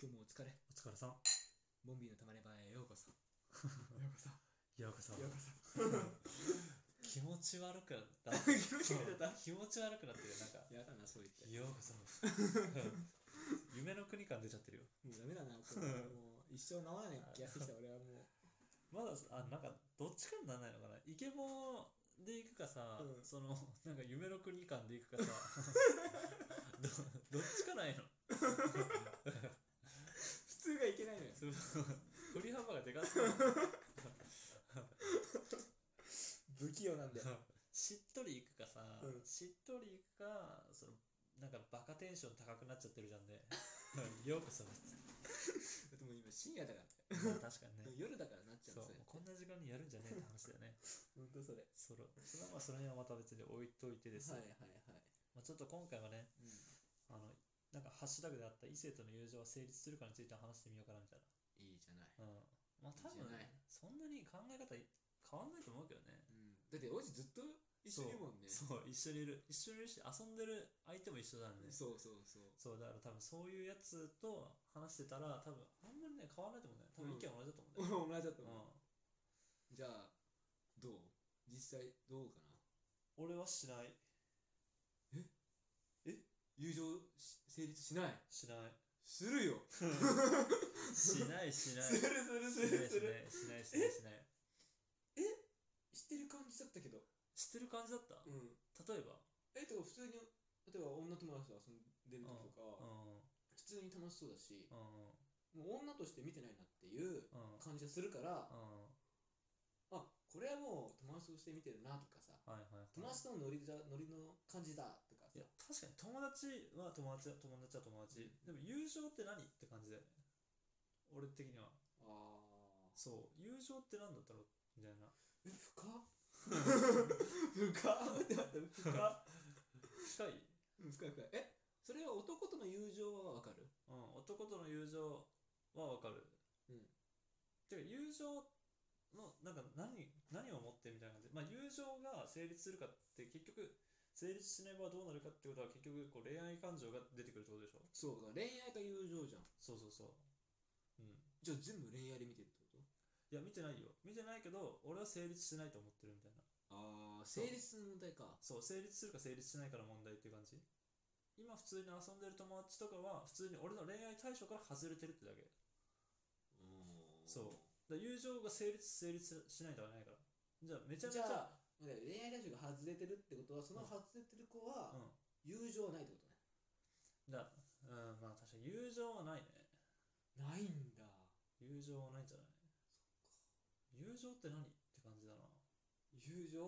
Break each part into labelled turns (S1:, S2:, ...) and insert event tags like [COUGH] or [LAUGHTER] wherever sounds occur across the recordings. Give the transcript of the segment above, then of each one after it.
S1: 今日もお疲れ。
S2: お疲れさん。
S1: ボンビーのたまねばへようこそ。ようこそ。よ
S2: ようこそ。
S1: うこ
S2: [LAUGHS] 気持ち悪くなった。
S1: [LAUGHS] そ。気持ち悪かっ
S2: 気持ち悪くなってるよ、なんか。
S1: た。やだな、そう言って。
S2: ようこそ。 [LAUGHS] 夢の国感出ちゃってるよ。
S1: もうダメだな、 [LAUGHS] これもう一生治らない気がしてきた俺はもう。
S2: まだ、あ、なんか、どっちかにならないのかな。イケボで行くかさ、
S1: うん
S2: その、なんか夢の国感で行
S1: [LAUGHS]
S2: くかさ、どどっちかないの。 [LAUGHS]
S1: 普通がいけないのよ。
S2: そう振り幅がでかすぎる。
S1: 不器用なんで。
S2: しっとりいくかさ、
S1: うん
S2: しっとりいくかそのなんかバカテンション高くなっちゃってるじゃんね [LAUGHS] ようこ
S1: [LAUGHS]
S2: そ
S1: でも今深夜だから。
S2: まあ確かにね
S1: 夜だからなっちゃう
S2: そ
S1: ん
S2: う
S1: ですよ。
S2: こんな時間にやるんじゃねえって話だよね
S1: ほんとそれ。
S2: それそれはまあその辺はまた別に置いといてです
S1: はい
S2: よ、
S1: はいはい。
S2: まあ、ちょっと今回はね
S1: うん
S2: あのなんかハッシュタグであった異性との友情は成立するかについて話してみようかなみたい
S1: いいじゃない。
S2: な、うん、まあ多分
S1: いいじゃない
S2: そんなに考え方い変わんないと思うけどね
S1: うんだって、王子ずっと一緒にいるもんね。
S2: そう一緒にいる一緒にいるし遊んでる相手も一緒だよね
S1: そうそうそう。
S2: そうだから多分そういうやつと話してたら多分あんまりね変わらないと思うんだよ多分意見は同じだと思う
S1: 俺
S2: んだよ、
S1: も同じだと
S2: うん
S1: 思う。じゃあ、どう実際どうかな
S2: 俺はしない
S1: 友情し成立しない
S2: しない
S1: [LAUGHS] するよ
S2: しないしない
S1: するする
S2: し
S1: す
S2: ない
S1: る
S2: しない
S1: する
S2: しないしないしない
S1: 知ってる感じだったけど
S2: 知ってる感じだった、
S1: うん
S2: 例えば
S1: えっと普通に例えば女友達と遊んでる時と
S2: う
S1: か
S2: ん
S1: 普通に楽しそうだし
S2: うん
S1: もう女として見てないなっていう
S2: うんうん
S1: 感じがするから
S2: うん
S1: あこれはもう友達として見てるなとかさ
S2: はいはいはい
S1: 友達とのノリじゃノリの感じだとか
S2: い
S1: さ
S2: や確かに友達は友達だ友達は友達、
S1: う
S2: でも友情って何って感じだよね俺的には
S1: あー
S2: そう友情って何だったろうみたいな
S1: え深 [LAUGHS] っ深 [LAUGHS] っ待って待って深っ
S2: 深い
S1: うん深い深いえそれは男との友情はわかる
S2: うん、男との友情はわかる。
S1: うん
S2: てか友情のなんか何何を持ってみたいな感じで、まあ、友情が成立するかって結局成立しない場合どうなるかってことは結局こう恋愛感情が出てくるってことでしょ
S1: そうだから恋愛か友情じゃん
S2: そうそうそう。うん、
S1: じゃあ全部恋愛で見てるってこと
S2: いや見てないよ見てないけど俺は成立しないと思ってるみたいな
S1: ああ
S2: そう
S1: 成立の問題か
S2: そう成立するか成立しないから問題っていう感じ今普通に遊んでる友達とかは普通に俺の恋愛対象から外れてるってだけそだから友情が成立成立しないとはないからじゃあめちゃめち
S1: じゃ
S2: ゃ
S1: あ恋愛対象が外れてるってことはその
S2: うん
S1: 外れてる子は
S2: うん
S1: 友情はないってことね
S2: だうんまあ確かに友情はないね
S1: ないんだ
S2: 友情はないんじゃない友情って何って感じだな
S1: 友情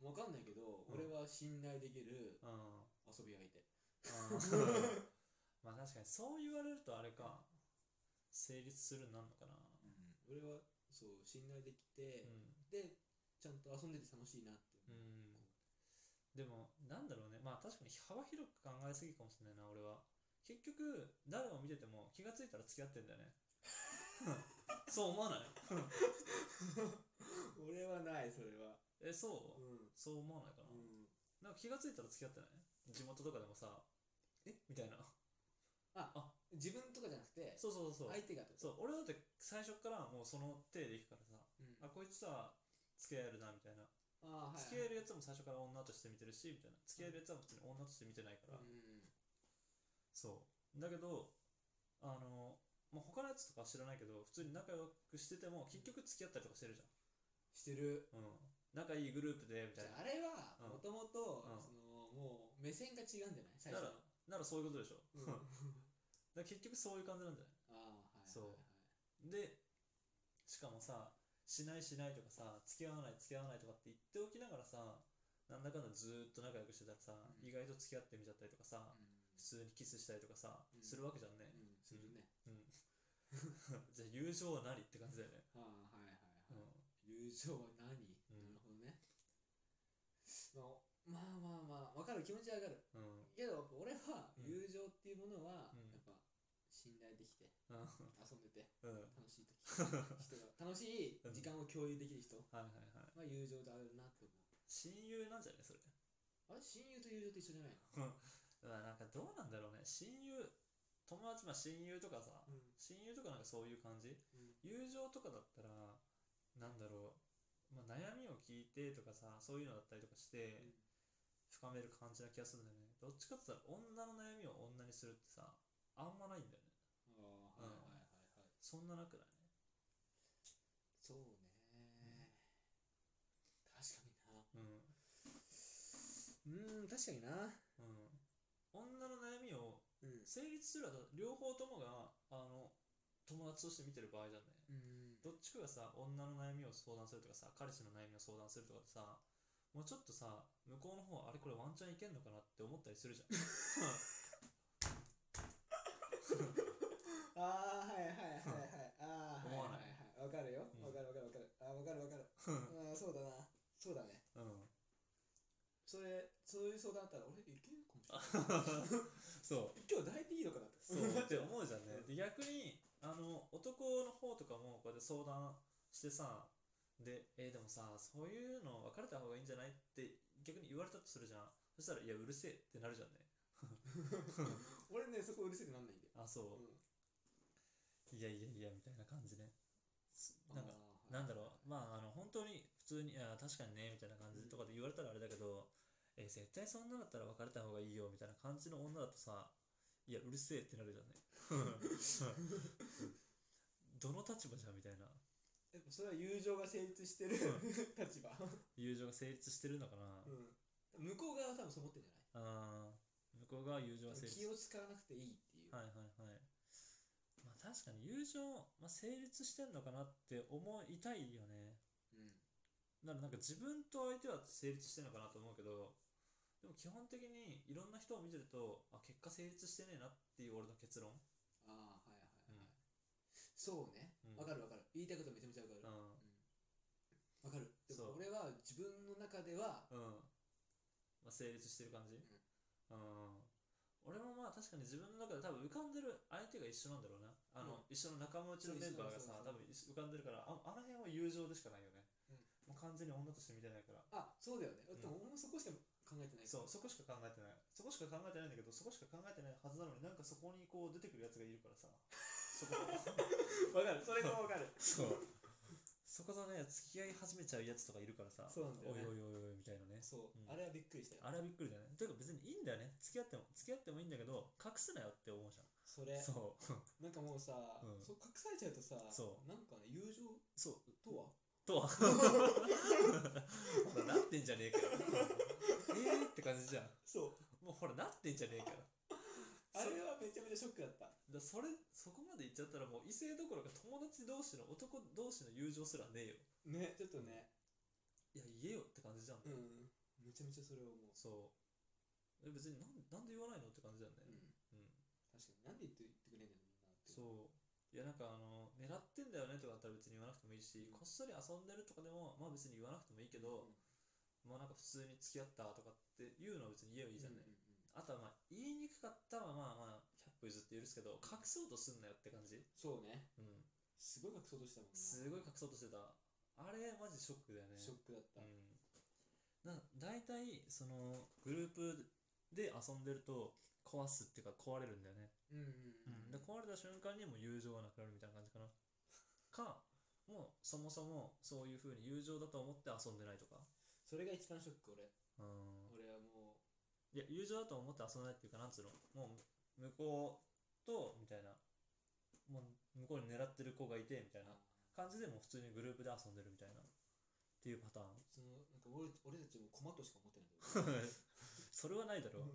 S1: わかんないけど
S2: うん
S1: 俺は信頼できる
S2: うん
S1: 遊び相手 [LAUGHS]
S2: あーまあ確かにそう言われるとあれか成立するようになるのかな
S1: 俺はそう信頼でき
S2: う
S1: て
S2: ん
S1: でちゃんと遊んでて楽しいなって
S2: うんでもなんだろうねまあ確かに幅広く考えすぎかもしれないな俺は結局誰を見てても気がついたら付き合ってんだよ
S1: [LAUGHS]
S2: ねそう思わない
S1: 俺はないそれは
S2: えそううんそう思わないかな、
S1: うん
S2: なんか気がついたら付き合ってない地元とかでもさえみたいな
S1: あ
S2: あ
S1: 自分とかじゃなくて
S2: そうそうそうそう
S1: 相手がってこと
S2: そう俺だって最初からもうその手でいくからさ
S1: うん
S2: あこいつさ付き合えるなみたいな、
S1: あーはいはい
S2: 付き合えるやつも最初から女として見てるしみたいな付き合えるやつは別に女として見てないから、
S1: うん
S2: そうだけどあのまあ、他のやつとかは知らないけど普通に仲良くしてても結局付き合ったりとかしてるじ
S1: してる
S2: ゃん、うん、仲いいグループでみ
S1: じ
S2: たい
S1: ゃ
S2: な
S1: ああれは
S2: うん
S1: もともと
S2: うん
S1: そのもう目線が違うんじゃない最
S2: だ
S1: 初
S2: か
S1: の
S2: らならそういうことでしょ、
S1: うん
S2: [LAUGHS] だから結局そういう感じなんじゃない
S1: [LAUGHS] ああはい
S2: そう
S1: はいはい
S2: でしかもさしないしないとかさ付き合わない付き合わないとかって言っておきながらさなんだかんだずーっと仲良くしてたらさ、
S1: うん
S2: 意外と付き合ってみちゃったりとかさ、普通にキスしたりとかさ、
S1: うん
S2: するわけじゃんね
S1: う、んうんするね
S2: うん [LAUGHS] じゃあ友情は何って感じだよね、
S1: ああはいはい
S2: うん
S1: はい友情は何なる
S2: うん
S1: ほどねまあまあまあまあわかる気持ちはわかる
S2: うん
S1: けど俺は
S2: うん
S1: 友情っていうものは
S2: うん
S1: やっぱ信頼できて
S2: うん
S1: 遊んでて
S2: うんはい
S1: 楽しい
S2: [LAUGHS]
S1: 時人が楽しい時間を共有できる人
S2: はいは
S1: は
S2: い
S1: 友情であるなって思う
S2: 親友なんじゃないそれ
S1: あれ親友と友情って一緒じゃないの
S2: うわなんかどうなんだろうね親友友達、まあ、親友とかさ、
S1: うん
S2: 親友とかなんかそういう感じ
S1: うん
S2: 友情とかだったらなんだろう、まあ、悩みを聞いてとかさそういうのだったりとかして深める感じな気がするんだよねどっちかって言ったら女の悩みを女にするってさあんまないんだよね
S1: ああはいはいはいはい
S2: そんななくない
S1: そうね、確かにな
S2: うん
S1: うーん確かにな
S2: うん女の悩みを
S1: うん
S2: 成立するは両方ともがあの友達として見てる場合じゃんね
S1: うん
S2: どっちかがさ女の悩みを相談するとかさ彼氏の悩みを相談するとかでさもうちょっとさ向こうの方あれこれワンチャンいけんのかなって思ったりするじゃん
S1: ああはいはいはいはいああ
S2: 思わない
S1: はいはいはいわかるよ
S2: うん
S1: わかるわかるわかるあーわかるわかるあーそうだなそうだね
S2: うん
S1: それそういう相談あったら俺いけるかもしれない
S2: そ
S1: 今日抱いていいのかなって
S2: うそうって思うじゃん
S1: う
S2: ね
S1: ん
S2: で逆にあの男の方とかもこうやって相談してさでえーでもさそういうの別れた方がいいんじゃないって逆に言われたとするじゃんそしたらいやうるせえってなるじゃんね
S1: [LAUGHS] 俺ねそこうるせえってなんないんだよう
S2: あそ
S1: ん
S2: ういやいやいやみたいな感じね
S1: あー
S2: なんかなんだろう、まあ、あの本当に普通に、いや確かにね、みたいな感じとかで言われたらあれだけど、え絶対そんなだったら別れた方がいいよ、みたいな感じの女だとさ、いや、うるせえってなるじゃんね。 [LAUGHS] どの立場じゃんみたいな。
S1: でもそれは友情が成立してる [LAUGHS] 立場
S2: 友情が成立してるのかな。
S1: うん向こう側は多分そう思ってんじゃない
S2: あー向こうが友情が成立
S1: 気を使わなくていいっていう、
S2: はいはいはい。まあ確かに友情、まあ、成立してんのかなって思いたいよね。
S1: うん、
S2: だからなんか自分と相手は成立してるのかなと思うけどでも基本的にいろんな人を見てるとあ結果成立してねえなっていう俺の結論
S1: ああはいはいはい、
S2: うん
S1: そうね
S2: うん
S1: わ、かるわかる言いたいことめちゃめちゃわかる
S2: う
S1: わ、
S2: ん
S1: うん、わかるで
S2: そ
S1: も
S2: う
S1: 俺は自分の中では
S2: うん、まあ、成立してる感じうん、俺もまあ確かに自分の中で多分浮かんでる相手が一緒なんだろうなあの、一緒の仲間内のメンバーがさ
S1: そ
S2: 多
S1: う
S2: 分一緒浮かんでるからああの辺は友情でしかないよね、
S1: うん
S2: もう完全に女として見てないから
S1: あそうだよね、で
S2: ん
S1: も俺もそこしか考えてない
S2: そうそこしか考えてないそこしか考えてないんだけどそこしか考えてないはずなのになんかそこにこう出てくるやつがいるからさそこ
S1: [LAUGHS] わかるそれもわかる
S2: [LAUGHS] そう。そことね、付き合い始めちゃうやつとかいるからさ、
S1: そうなんだよね
S2: おいおいおいおいみたいなね。
S1: [LAUGHS] そう、
S2: うん
S1: あれはびっくりしたよ
S2: あれはびっくりだね。というか別にいいんだよね。付き合っても、付き合ってもいいんだけど、隠すなよって思うじゃ
S1: それ
S2: ん。そう。 [LAUGHS]
S1: なんかもうさ、
S2: うん
S1: そう隠されちゃうとさ
S2: そう
S1: なんかね友情
S2: そう。
S1: とは
S2: とは。 [LAUGHS] ほらなってんじゃね [LAUGHS] えから。えーって感じじゃん。
S1: そう
S2: もうほら、なってんじゃねえから。
S1: あ
S2: そ
S1: れはめちゃめちゃショックだった
S2: だそれそこまでいっちゃったらもう異性どころか友達同士の男同士の友情すらねえよ
S1: ねちょっとね
S2: いや言えよって感じじゃん、
S1: うんめちゃめちゃそれは思う、
S2: そうえ別になんなんで言わないのって感じだよね、
S1: うん、
S2: うん、
S1: 確かになんで言って言ってくれんだよみんなって
S2: そういやなんかあの狙ってんだよねとかだったら別に言わなくてもいいしこっそり遊んでるとかでもまあ別に言わなくてもいいけど、
S1: うん
S2: まあなんか普通に付き合ったとかっていうのは別に言えばいいじゃんね、
S1: うんうんうん
S2: あとはまあ言いにくかったはまあまあ100歩譲って許すけど隠そうとすんなよって感じ
S1: そうね
S2: うん
S1: すごい隠そうとしたもんな
S2: すごい隠そうとしてたあれマジショックだよね
S1: ショックだった、
S2: うん、な大体そのグループで遊んでると壊すっていうか壊れるんだよね、
S1: うんうん
S2: で壊れた瞬間にもう友情がなくなるみたいな感じかなかもうそもそもそういう風に友情だと思って遊んでないとか
S1: それが一番ショック俺
S2: うん
S1: 俺はもう
S2: いや友情だと思って遊んでないっていうかなんつうのもう向こうとみたいなもう向こうに狙ってる子がいてみたいな感じでもう普通にグループで遊んでるみたいなっていうパターン
S1: そのなんか俺俺たちも駒としか思ってないんだよ [LAUGHS]
S2: それはないだろ
S1: うん
S2: う、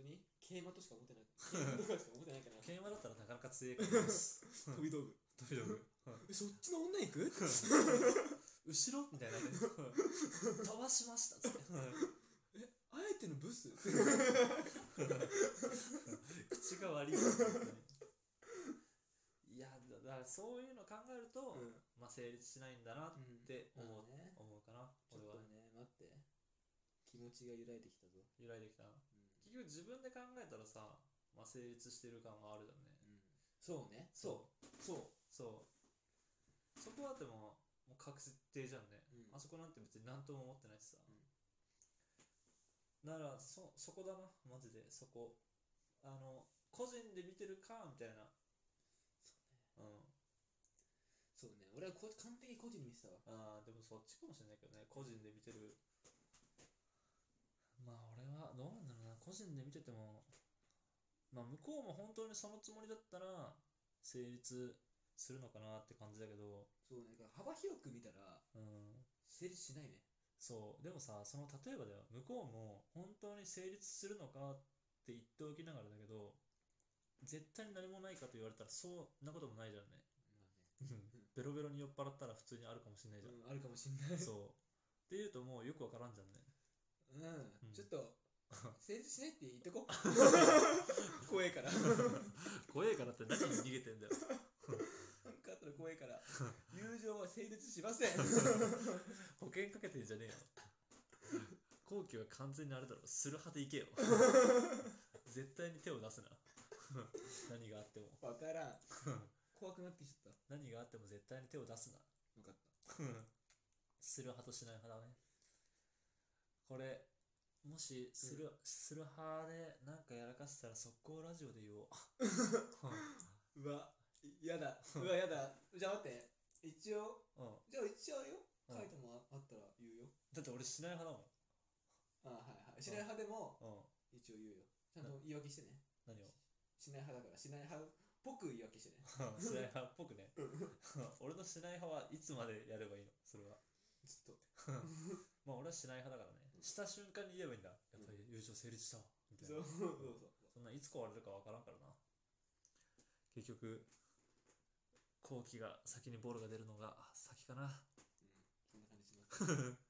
S1: 本当に桂馬としか思 [LAUGHS] ってない桂馬とかしか思ってない [LAUGHS] から
S2: 桂馬だったらなかなか強いから
S1: [LAUGHS] 飛び道具
S2: 飛び道具
S1: えそっちの女行く
S2: 後ろみたいな
S1: [LAUGHS]
S2: ね飛ばしましたっつって
S1: あえてのブス
S2: 口が悪いよ本当にいやだだからそういうの考えると、
S1: うん
S2: まあ成立しないんだなっ
S1: うん
S2: て思う,、
S1: まあね
S2: 思うかな
S1: ちょっ
S2: 俺は
S1: とね待って気持ちが揺らいできたぞ、
S2: 由来できた結局自分で考えたらさ、まあ、成立してる感があるじゃんね
S1: うんうんそうねそう
S2: そうそうそこはでももう確定じゃんね、
S1: うん
S2: あそこなんて別に何とも思ってないしさ、
S1: う
S2: ならそそこだなマジでそこあの個人で見てるかみたいなうん
S1: そうね俺はこ完璧に個人に見せたわ
S2: ああでもそっちかもしれないけどね個人で見てるまあ俺はどうなんだろうな個人で見ててもまあ向こうも本当にそのつもりだったら成立するのかなって感じだけど
S1: そうねだから幅広く見たら
S2: うん
S1: 成立しないね
S2: そうでもさその例えばだよ向こうも本当に成立するのかって言っておきながらだけど絶対に何もないかと言われたらそんなこともないじゃんね
S1: まあね
S2: うんベロベロに酔っ払ったら普通にあるかもしれないじゃん、
S1: うん、あるかもしんない。
S2: そうっていうともうよくわからんじゃんね
S1: うん、
S2: ん
S1: ちょっと、
S2: [LAUGHS]
S1: 成立しないって言っとこう。怖いから。なん
S2: 怖えからって何に逃げてんだよ
S1: かあったら怖いから。友情は成立しま
S2: [LAUGHS]
S1: せん。
S2: [LAUGHS] 保険かけてんじゃねえよ後期は完全にあれだろする派でいけ [LAUGHS] よ絶対に手を出すな [LAUGHS] 何があっても
S1: わからん。怖くなってきちゃっ
S2: 何があっても絶対に手を出すな
S1: た。分かっ
S2: [LAUGHS] する派としない派だねこれもしする,、する派でなんかやらかしたら速攻ラジオで [LAUGHS] 言おう
S1: た。うわ、やだ。うわ、やだ。じゃあ待って。一応、
S2: うん、うん
S1: じゃあ一応あれよ。
S2: うん
S1: 書いてもあったら言うよ。
S2: だって俺しない派だ
S1: あはいはい。しない派でも、
S2: もん、うん、
S1: 一応言うよ。ちゃんと言い訳してね。
S2: 何を
S1: しない派だから、しない派っぽく言い訳してね。
S2: [LAUGHS] うんしない派っぽくね
S1: [LAUGHS]
S2: [LAUGHS] 俺のしない派はいつまでやればいいのそれは
S1: ずっと。
S2: まあ俺はしない派だからね
S1: うん
S2: した瞬間に言えばいいんだやっぱり友情成立したわみたい
S1: そ
S2: な
S1: うそうそう。
S2: そんないつ壊れるかわからんからな結局後期が先にボールが出るのが先かな
S1: うんそんな感じします。